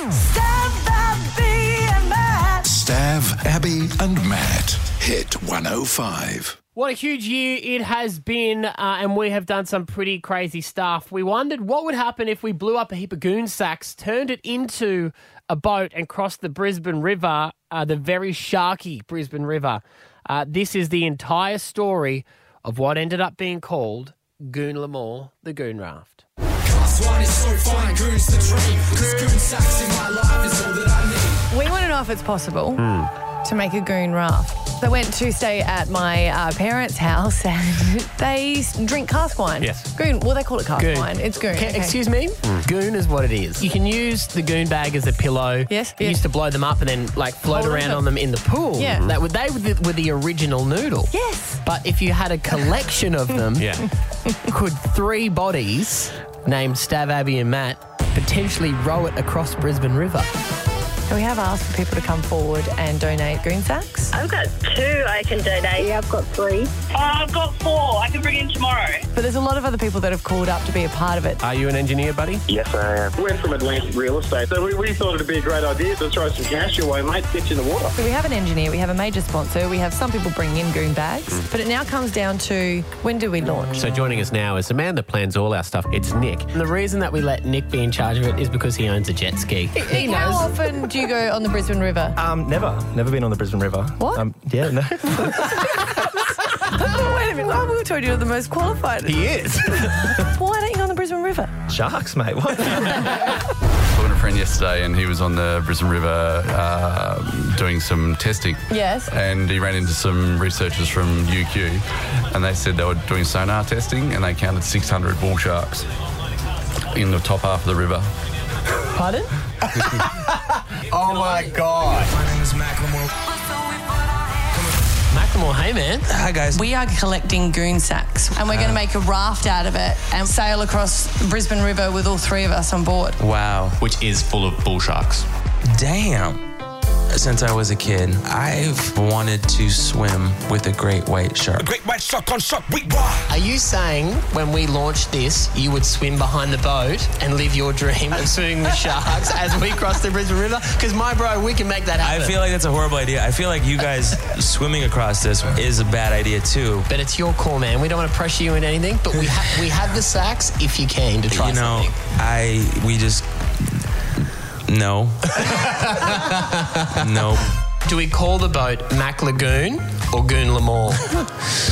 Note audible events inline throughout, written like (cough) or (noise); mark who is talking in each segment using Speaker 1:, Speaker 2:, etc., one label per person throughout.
Speaker 1: Stav, Abby, and Matt.
Speaker 2: Stav, Abby, and Matt. Hit 105.
Speaker 3: What a huge year it has been, uh, and we have done some pretty crazy stuff. We wondered what would happen if we blew up a heap of goon sacks, turned it into a boat, and crossed the Brisbane River, uh, the very sharky Brisbane River. Uh, this is the entire story of what ended up being called Goon Lamore, the Goon Raft.
Speaker 4: We want to know if it's possible
Speaker 3: Hmm.
Speaker 4: to make a goon raft. I went to stay at my uh, parents' house (laughs) and they s- drink cask wine.
Speaker 3: Yes.
Speaker 4: Goon. Well, they call it cask
Speaker 3: Goon.
Speaker 4: wine. It's goon.
Speaker 3: Ca-
Speaker 4: okay.
Speaker 3: Excuse me? Goon is what it is. You can use the goon bag as a pillow.
Speaker 4: Yes,
Speaker 3: You
Speaker 4: yes.
Speaker 3: used to blow them up and then like float
Speaker 4: Hold on
Speaker 3: around
Speaker 4: to-
Speaker 3: on them in the pool.
Speaker 4: Yeah.
Speaker 3: That were, they were the, were the original noodle.
Speaker 4: Yes.
Speaker 3: But if you had a collection of (laughs) them,
Speaker 5: Yeah.
Speaker 3: could three bodies named Stav, Abby, and Matt potentially row it across Brisbane River?
Speaker 4: And we have asked for people to come forward and donate goon sacks.
Speaker 3: Uh,
Speaker 6: I've got two I can donate. Yeah, I've got three.
Speaker 7: Oh, I've got four. I can bring in tomorrow.
Speaker 4: But there's a lot of other people that have called up to be a part of it.
Speaker 3: Are you an engineer, buddy?
Speaker 8: Yes, I am. We're from Atlantic Real Estate, so we, we thought it'd be a great idea to throw some cash your way, mate. Get you in the water.
Speaker 4: So we have an engineer, we have a major sponsor, we have some people bringing in goon bags.
Speaker 3: Hmm.
Speaker 4: But it now comes down to when do we launch?
Speaker 5: So joining us now is the man that plans all our stuff. It's Nick.
Speaker 3: And the reason that we let Nick be in charge of it is because he owns a jet ski. He
Speaker 4: How
Speaker 3: knows.
Speaker 4: often do you go on the Brisbane River?
Speaker 9: Um, never, never been on the Brisbane River.
Speaker 4: What?
Speaker 9: Um, yeah,
Speaker 4: (laughs)
Speaker 9: no.
Speaker 4: Oh, wait a minute. I will tell you you're the most qualified.
Speaker 9: he is.
Speaker 4: Why don't you go on the Brisbane River?
Speaker 9: Sharks, mate. What?
Speaker 10: talking to a friend yesterday, and he was on the Brisbane River uh, doing some testing.
Speaker 4: Yes.
Speaker 10: And he ran into some researchers from UQ, and they said they were doing sonar testing, and they counted 600 bull sharks in the top half of the river.
Speaker 3: Pardon?
Speaker 8: Oh my god!
Speaker 3: (laughs) Macklemore, hey man.
Speaker 4: We are collecting goon sacks and we're going
Speaker 9: Ah.
Speaker 4: to make a raft out of it and sail across Brisbane River with all three of us on board.
Speaker 9: Wow.
Speaker 5: Which is full of bull sharks.
Speaker 9: Damn. Since I was a kid, I've wanted to swim with a great white shark.
Speaker 3: Are you saying when we launch this, you would swim behind the boat and live your dream of swimming with sharks as we cross the Brisbane River? Because my bro, we can make that happen.
Speaker 9: I feel like that's a horrible idea. I feel like you
Speaker 3: (laughs)
Speaker 9: guys swimming across this is a bad idea too.
Speaker 3: but it's your call, man. We don't want to pressure you into anything, but we ha- we have the sacks if you can to try
Speaker 9: You know,
Speaker 3: something.
Speaker 9: I we just
Speaker 3: (laughs)
Speaker 9: no, no,
Speaker 3: Do we call the boat Mac Lagoon or Goon
Speaker 9: (laughs)
Speaker 3: Lamore?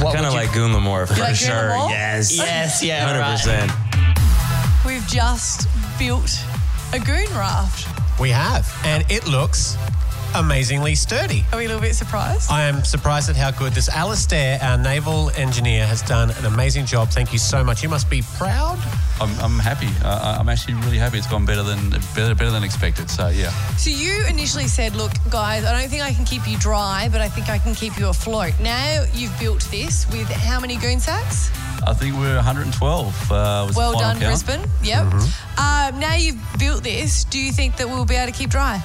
Speaker 3: What
Speaker 9: kind
Speaker 3: would
Speaker 9: of
Speaker 3: you-
Speaker 9: like Goon Lamore for
Speaker 4: like Goon
Speaker 9: sure.
Speaker 4: Lamore?
Speaker 9: Yes,
Speaker 3: Yes, yeah,
Speaker 9: hundred percent.
Speaker 4: We've just built a goon raft.
Speaker 11: We have, and it looks amazingly sturdy.
Speaker 4: Are we a little bit surprised?
Speaker 11: I am surprised at how good this Alistair, our naval engineer, has done an amazing job. Thank you so much. You must be proud.
Speaker 10: I'm, I'm happy. Uh, I'm actually really happy. It's gone better than better, better than expected. So yeah.
Speaker 4: So you initially said, look, guys, I don't think I can keep you dry, but I think I can keep you afloat. Now you've built this with how many goon sacks?
Speaker 10: I think we're 112. Uh, was the
Speaker 4: Well
Speaker 10: final
Speaker 4: done,
Speaker 10: count.
Speaker 4: Brisbane. Yep.
Speaker 11: Mm-hmm.
Speaker 4: Um, now you've built this. Do you think that we'll be able to keep dry?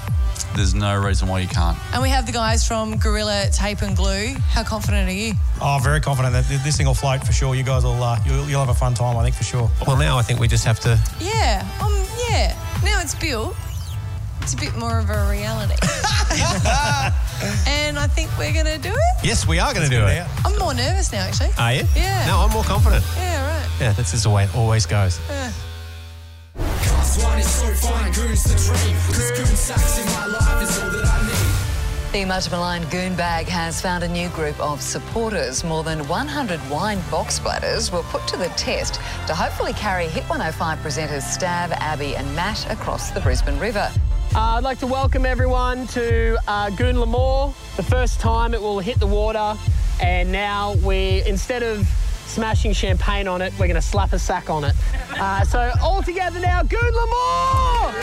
Speaker 10: There's no reason why you can't.
Speaker 4: And we have the guys from Gorilla Tape and Glue. How confident are you?
Speaker 11: Oh, very confident that this thing will float for sure. You guys will, uh, you'll, you'll have a fun time, I think, for sure. Well, now I think we just have to.
Speaker 4: Yeah, um, yeah. Now it's built. It's a bit more of
Speaker 11: (laughs)
Speaker 4: a reality. and I think we're gonna do it.
Speaker 11: Yes, we are going to do it.
Speaker 4: I'm more nervous now, actually.
Speaker 11: Are you?
Speaker 4: Yeah.
Speaker 11: No, I'm more confident.
Speaker 4: yeah, right.
Speaker 11: Yeah, this is the way it always goes.
Speaker 4: Yeah.
Speaker 1: The much maligned Goon Bag has found a new group of supporters. More than 100 wine box bladders were put to the test to hopefully carry Hit 105 presenters Stav, Abby, and Matt across the Brisbane River.
Speaker 3: Uh, I'd like to welcome everyone to uh, Goon Lamore. The first time it will hit the water, and now we, instead of smashing champagne on it, we're going to slap a sack on it. Uh, so all together now, Goon Lamore! Woo!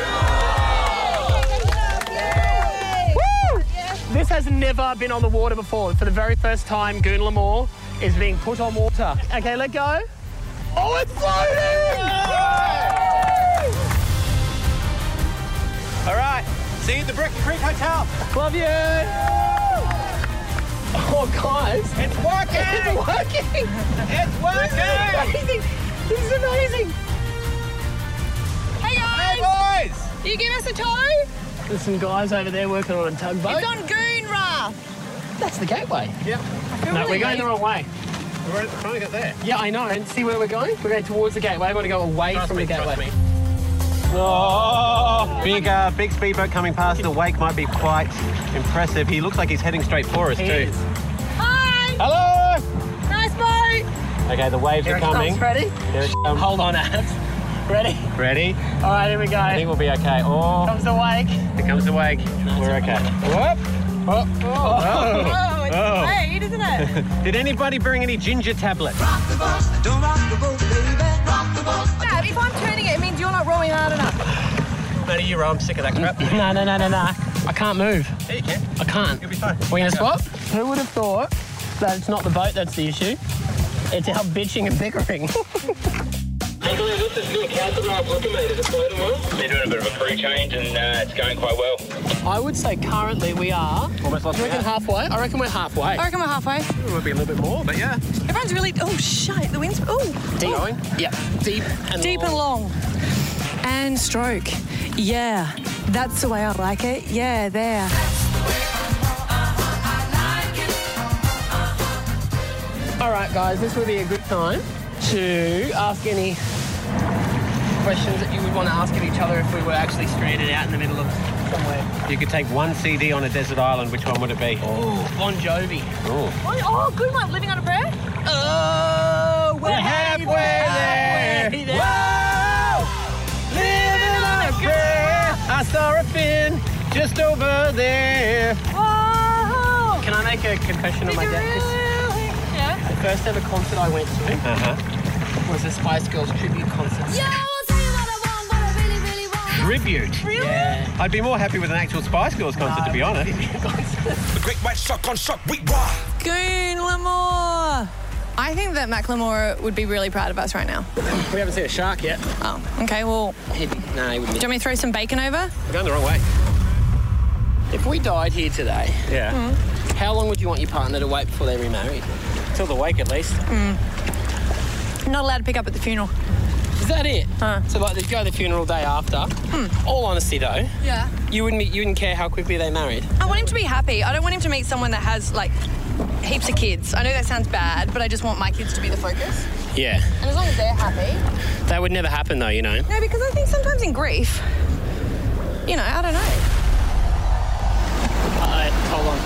Speaker 3: This has never been on the water before. For the very first time, Goon Lamore is being put on water. Okay, let go. Oh, it's floating! All right. See you at the Brick Creek Hotel. Love you. Oh, guys. It's working. It's working. It's working. This is amazing. This is amazing. Hey, guys. Hey, boys.
Speaker 12: You give us a tow?
Speaker 3: There's some guys over there working on a tugboat.
Speaker 12: It's on Goon Raft.
Speaker 3: That's the gateway. Yep. No,
Speaker 12: really
Speaker 3: we're going
Speaker 12: lazy.
Speaker 3: the wrong way. We're trying to get there. Yeah, I know. And see where we're going? We're going towards the gateway. We want to go away from the gateway.
Speaker 13: Oh, big, uh, big speedboat coming past. The wake might be quite impressive. He looks like he's heading straight for us,
Speaker 12: He
Speaker 13: too.
Speaker 12: is. Hi.
Speaker 13: Hello.
Speaker 12: Nice boat.
Speaker 13: Okay, the waves
Speaker 3: Here
Speaker 13: are
Speaker 3: it comes.
Speaker 13: coming.
Speaker 3: Ready?
Speaker 13: Here it comes.
Speaker 3: Hold on, Abs. Ready?
Speaker 13: Ready?
Speaker 3: All right, here we go.
Speaker 13: I think we'll be okay. Oh,
Speaker 3: Comes the wake.
Speaker 13: here comes the wake. We're okay. Whoop. Oh, oh,
Speaker 12: Oh, it's
Speaker 13: oh.
Speaker 12: great, isn't it?
Speaker 13: (laughs) Did anybody bring any ginger tablets?
Speaker 12: Dad, if I'm turning it, it means you're not rowing hard enough.
Speaker 13: Matty, you row. I'm sick of that crap.
Speaker 3: No, no, no, no, no. I can't move.
Speaker 13: There you can.
Speaker 3: I can't. You'll be fine. We're gonna swap. Who would have thought that it's not the boat that's the issue? It's our bitching and bickering. (laughs)
Speaker 14: They're doing a bit of a crew change and uh, it's going quite well.
Speaker 3: I would say currently we are.
Speaker 13: Almost lost
Speaker 3: You reckon
Speaker 13: half.
Speaker 3: halfway? I reckon we're halfway.
Speaker 4: I reckon we're halfway.
Speaker 13: It might be a little bit more, but yeah.
Speaker 4: Everyone's really. Oh, shite. The wind's. Oh.
Speaker 3: Deep. Going? Yep. Deep and
Speaker 4: Deep and long. And stroke. Yeah. That's the way I like it. Yeah, there.
Speaker 3: All right, guys, this would be a good time to ask any questions that you would want to ask of each other if we were actually stranded out in the middle of somewhere.
Speaker 13: You could take one CD on a desert island. Which one would it be?
Speaker 3: Oh, Bon Jovi.
Speaker 13: Oh.
Speaker 12: Oh, oh, good one. Living on a prayer. Oh, we're, halfway,
Speaker 13: halfway there. Living on a prayer. I saw a fin just over there.
Speaker 12: Whoa.
Speaker 3: Can I make a confession on my dad?
Speaker 12: Yeah.
Speaker 3: The first ever concert I went to
Speaker 13: Uh-huh.
Speaker 3: was a Spice Girls tribute concert.
Speaker 13: Tribute.
Speaker 3: Really?
Speaker 13: I'd be more happy with an actual Spice Girls concert, to be honest. the Great White Shark on Shark Week.
Speaker 4: Goon Lamore. I think that Macklemore would be really proud of us right now.
Speaker 3: (laughs) We haven't seen a shark yet.
Speaker 4: Oh, okay. Well,
Speaker 3: He'd, no, he
Speaker 4: do you
Speaker 3: wouldn't.
Speaker 4: want me to throw some bacon over?
Speaker 13: We're going the wrong way.
Speaker 3: If we died here today,
Speaker 13: Yeah.
Speaker 3: how long would you want your partner to wait before they remarried? Mm.
Speaker 13: Till the wake, at least.
Speaker 4: Not allowed to pick up at the funeral.
Speaker 3: Is that it? So like they'd go to the funeral day after. All honesty though,
Speaker 4: Yeah.
Speaker 3: you wouldn't be, you wouldn't care how quickly they married.
Speaker 4: I want him to be happy. I don't want him to meet someone that has like heaps of kids. I know that sounds bad, but I just want my kids to be the focus.
Speaker 3: Yeah.
Speaker 4: And as long as they're happy.
Speaker 3: That would never happen though, you know.
Speaker 4: No, because I think sometimes in grief, you know, I don't know.
Speaker 3: Uh, hold on.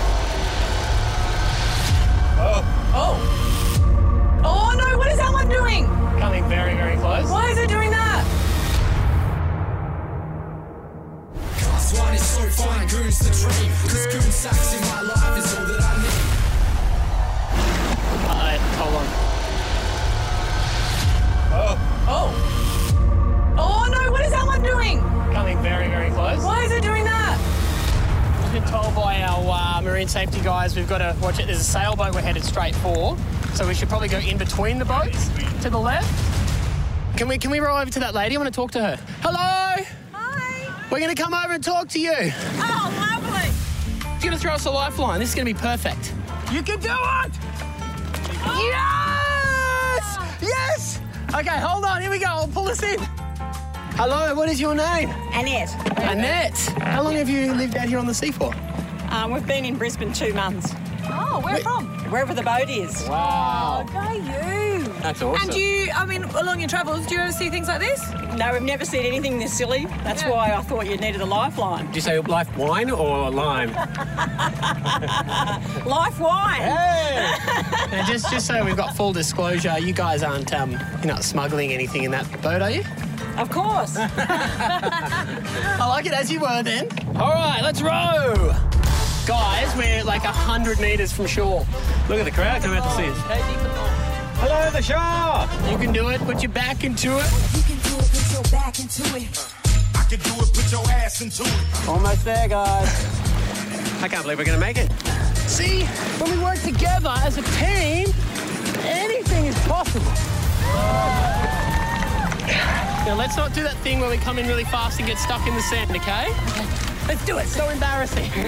Speaker 4: Oh. Oh no, what is that one doing?
Speaker 3: Coming very, very close.
Speaker 4: Why is it doing that?
Speaker 15: Swan is so fine, goon's the dream. 'Cause goon sacks in my life is all that I need.
Speaker 3: Uh, hold on.
Speaker 4: Oh. Oh no, what is that one doing?
Speaker 3: Coming very, very close.
Speaker 4: Why is it doing that?
Speaker 3: I've been told by our uh, marine safety guys we've got to watch it. There's a sailboat we're headed straight for, so we should probably go in between the boats to the left. Can we can we roll over to that lady? I want to talk to her. Hello. Hi. We're going to come over and talk to you.
Speaker 12: Oh, lovely.
Speaker 3: You're going to throw us a lifeline. This is going to be perfect. You can do it! Yes! Yes! Okay, hold on. Here we go. I'll pull this in. Hello, what is your name?
Speaker 16: Annette.
Speaker 3: Annette. How long have you lived out here on the sea for?
Speaker 16: Um, we've been in Brisbane two months.
Speaker 12: Oh, where from? Oh,
Speaker 16: Wherever the boat is.
Speaker 3: Wow.
Speaker 12: Okay, you.
Speaker 3: That's
Speaker 12: And do you, I mean, along your travels, do you ever see things like this?
Speaker 16: No, we've never seen anything this silly. That's why I thought you needed a lifeline.
Speaker 13: Do you say life wine or lime?
Speaker 16: Life wine.
Speaker 3: now, just just so we've got full disclosure, you guys aren't um, you're not smuggling anything in that boat, are you?
Speaker 16: Of course.
Speaker 3: I like it as you were then. All right, let's row. Guys, we're like 100 metres from shore.
Speaker 13: Look at the crowd coming out to see us.
Speaker 3: Hello, the shark! You can do it. Put your back into it.
Speaker 15: You can do it, put your back into it. I can do it, put your ass into it.
Speaker 3: Almost there, guys.
Speaker 13: I can't believe we're going to make it.
Speaker 3: See, when we work together as a team, anything is possible. Now, let's not do that thing where we come in really fast and get stuck in the sand, okay? Let's do it. So
Speaker 17: (laughs)
Speaker 3: embarrassing. we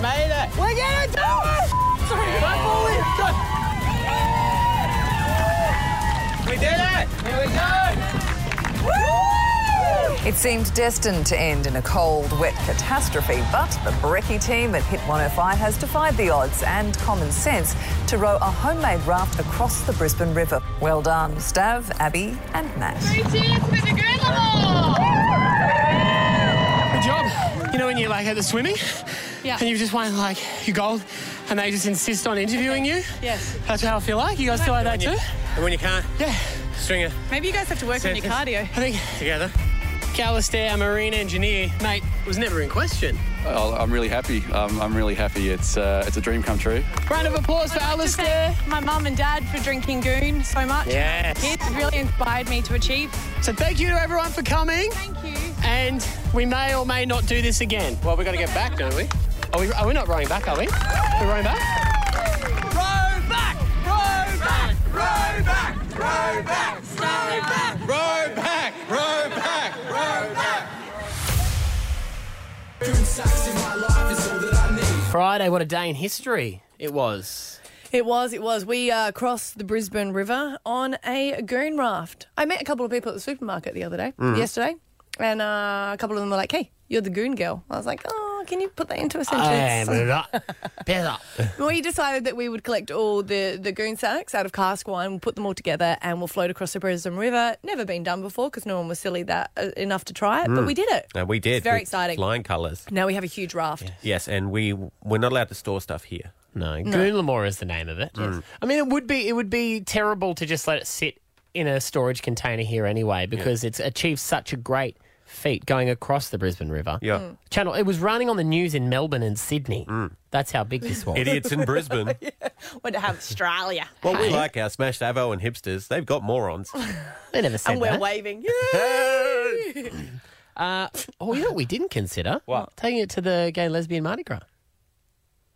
Speaker 3: made it. We're gonna do it! Sorry, I'm falling. We did it! Here we go! Woo!
Speaker 1: It seemed destined to end in a cold, wet catastrophe, but the Brekkie team at Hit 105 has defied the odds and common sense to row a homemade raft across the Brisbane River. Well done, Stav, Abby, and Matt.
Speaker 17: Good job. You know when you're like at the swimming,
Speaker 12: Yeah.
Speaker 17: and you've just won like your gold, and they just insist on interviewing you.
Speaker 16: Yes.
Speaker 17: That's how I feel like. You guys feel like that too?
Speaker 11: And when you can't,
Speaker 17: yeah,
Speaker 11: string it
Speaker 16: Maybe you guys have to work on your cardio.
Speaker 17: I think
Speaker 11: together.
Speaker 17: Calistair, marine engineer, mate, was never in question.
Speaker 18: I'll- I'm really happy. Um, I'm really happy. It's uh, it's a dream come true.
Speaker 17: Round of applause for Alistair.
Speaker 16: My mum and dad for drinking goon so much.
Speaker 17: Yes.
Speaker 16: It really inspired me to achieve.
Speaker 17: So thank you to everyone for coming. Thank you. And we may or may not do this again. Well, we've got to get back, don't we? Are we? Are we not rowing back? Are we? We're rowing back.
Speaker 12: Row back! Row back! Row back! Row back! Row back! Row back! Row back! Row back!
Speaker 3: Friday, what a day in history it was.
Speaker 4: It was, it was. We uh, crossed the Brisbane River on a goon raft. I met a couple of people at the supermarket the other day,
Speaker 3: Mm.
Speaker 4: yesterday, and uh, a couple of them were like, hey, you're the goon girl. I was like, oh, can you put that into a sentence? (laughs)
Speaker 3: (laughs)
Speaker 4: we decided that we would collect all the, the goon sacks out of cask wine, we'll put them all together, and we'll float across the Brisbane River. Never been done before because no one was silly that uh, enough to try it, but
Speaker 19: Mm.
Speaker 4: we did it.
Speaker 19: No, we did.
Speaker 4: It's very
Speaker 19: with
Speaker 4: exciting.
Speaker 19: Flying colours.
Speaker 4: Now we have a huge raft.
Speaker 19: Yes, and we we're not allowed to store stuff here.
Speaker 3: No, Goolamore is the name of it. Mm. I mean, it would be it would be terrible to just let it sit in a storage container here anyway because it's achieved such a great feat going across the Brisbane River.
Speaker 19: Yeah. Mm.
Speaker 3: Channel. It was running on the news in Melbourne and Sydney. That's how big this was.
Speaker 19: Idiots
Speaker 3: (laughs)
Speaker 19: in Brisbane.
Speaker 16: Would have Australia.
Speaker 19: Well, we like our smashed avo and hipsters. They've got morons.
Speaker 3: They never said
Speaker 16: And we're
Speaker 3: that. (laughs)
Speaker 16: waving.
Speaker 3: Uh, oh, you know what we didn't consider? What? Taking it to the gay and lesbian Mardi Gras.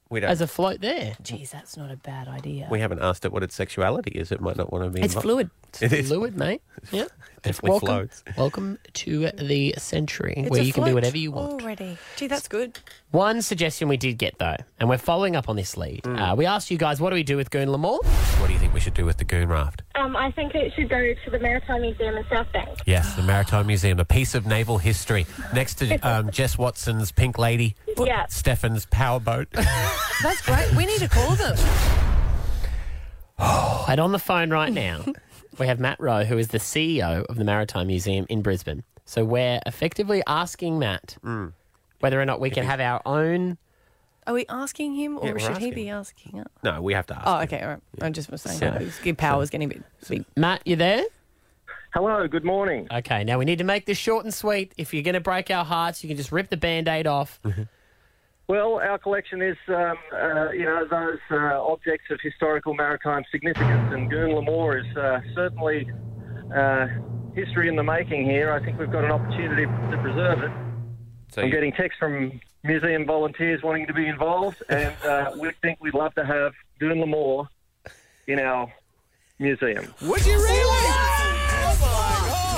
Speaker 19: We don't.
Speaker 3: As a float there.
Speaker 4: Jeez, that's not a bad idea.
Speaker 19: we haven't asked it what its sexuality is. It might not want to be.
Speaker 3: It's
Speaker 19: involved.
Speaker 3: fluid. It's
Speaker 19: It is.
Speaker 3: fluid,
Speaker 19: (laughs)
Speaker 3: mate. Yeah.
Speaker 19: Definitely
Speaker 3: welcome,
Speaker 19: floats.
Speaker 3: Welcome to the century
Speaker 4: It's
Speaker 3: where
Speaker 4: a
Speaker 3: you can do
Speaker 4: float
Speaker 3: whatever you want.
Speaker 4: Already. Gee, that's good.
Speaker 3: One suggestion we did get, though, and we're following up on this lead. Uh, we asked you guys, what do we do with Goon Lamore?
Speaker 19: Mm. What do you think we should do with the goon raft?
Speaker 6: Um, I think it should go to the Maritime Museum in South Bank.
Speaker 19: Yes, the Maritime Museum, a piece of naval history, next to um, Jess Watson's Pink Lady,
Speaker 6: Yeah.
Speaker 19: Stefan's powerboat.
Speaker 4: That's great. We need to call them.
Speaker 3: And on the phone right now, we have Matt Rowe, who is the CEO of the Maritime Museum in Brisbane. So we're effectively asking Matt whether or not we can have our own.
Speaker 4: Are we asking him or
Speaker 3: Yeah, we're
Speaker 4: should he
Speaker 3: asking.
Speaker 4: be asking us?
Speaker 19: No, we have to ask.
Speaker 4: Oh, okay. All right. I just was saying,
Speaker 3: So-
Speaker 4: his power's getting a bit big.
Speaker 3: Matt, you there?
Speaker 8: Hello, good morning.
Speaker 3: Okay, now we need to make this short and sweet. If you're going to break our hearts, you can just rip the band aid
Speaker 8: (laughs)
Speaker 3: off.
Speaker 8: Well, our collection is, um, uh, you know, those uh, objects of historical maritime significance, and Goon Lamore is uh, certainly uh, history in the making here. I think we've got an opportunity to preserve it. I'm getting texts from museum volunteers wanting to be involved, and uh, we think we'd love to have Goon Lamore in our museum.
Speaker 12: Would you really?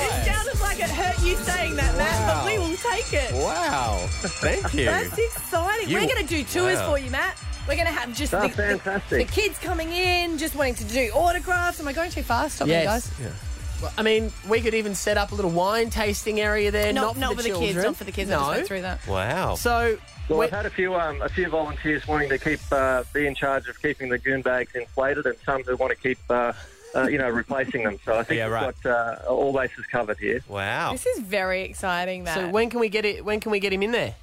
Speaker 16: It sounded like it hurt you saying that, Matt, but we will take it.
Speaker 19: Wow. Thank you.
Speaker 4: That's exciting.
Speaker 19: You-
Speaker 4: We're going to do tours
Speaker 19: Wow.
Speaker 4: for you, Matt. We're going to have just
Speaker 19: That's
Speaker 4: the, the-
Speaker 19: fantastic.
Speaker 4: the kids coming in, just wanting to do autographs. Am I going too fast? Stop me, guys.
Speaker 3: yes. Well, I mean, we could even set up a little wine tasting area there. Not,
Speaker 4: Not- not for the kids,
Speaker 3: children.
Speaker 4: not for the kids. I
Speaker 3: No.
Speaker 4: just went through that.
Speaker 19: Wow.
Speaker 3: So,
Speaker 8: Well, I've had a few um, a few volunteers wanting to keep uh, be in charge of keeping the goon bags inflated, and some who want to keep uh, uh, you know replacing them. So I think
Speaker 19: Yeah,
Speaker 8: we've
Speaker 19: right.
Speaker 8: got uh, all bases covered here.
Speaker 19: Wow.
Speaker 4: This is very exciting, Matt.
Speaker 3: so when can we get it? When can we get him in there?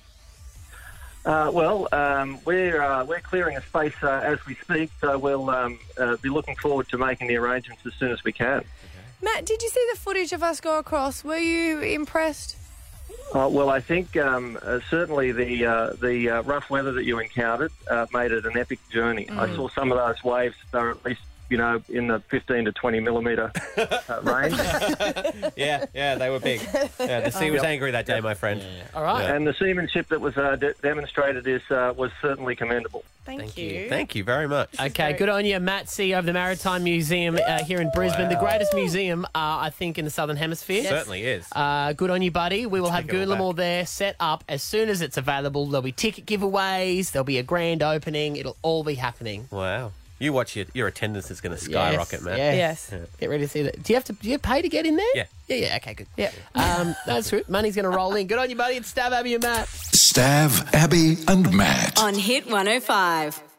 Speaker 8: Uh, well, um, we're uh, we're clearing a space uh, as we speak, so we'll um, uh, be looking forward to making the arrangements as soon as we can.
Speaker 4: Matt, did you see the footage of us go across? Were you impressed?
Speaker 8: Uh, well, I think um, uh, certainly the uh, the uh, rough weather that you encountered uh, made it an epic journey. I
Speaker 19: Mm.
Speaker 8: saw some of those waves; they're at least you know in the fifteen to twenty millimeter uh, range.
Speaker 19: yeah, yeah, they
Speaker 3: (laughs)
Speaker 19: were big. Yeah, the sea was angry that day, my friend.
Speaker 3: All
Speaker 8: And the seamanship that was uh, de- demonstrated is uh, was certainly commendable.
Speaker 4: Thank,
Speaker 8: you.
Speaker 19: Thank you very much.
Speaker 3: Okay, good on you, Matt, CEO of the Maritime Museum uh, here in Brisbane, the
Speaker 19: Wow.
Speaker 3: greatest museum, uh, I think, in the Southern Hemisphere.
Speaker 19: Yes. Certainly is.
Speaker 3: Uh, good on you, buddy. We will have
Speaker 19: Take it all
Speaker 3: Goolamore there set up as soon as it's available. There'll be ticket giveaways, there'll be a grand opening, it'll all be happening.
Speaker 19: Wow. You watch your your attendance is going to skyrocket, man.
Speaker 3: Yes. Get ready to see that. Do you have to? Do you pay to get in there?
Speaker 19: Yeah.
Speaker 3: Yeah. Yeah. Okay. Good. Yeah. Um, that's it. Money's going to roll in. Good on you, buddy. It's Stab Abby and Matt.
Speaker 2: Stav,
Speaker 4: Abby and Matt.
Speaker 2: On Hit 105.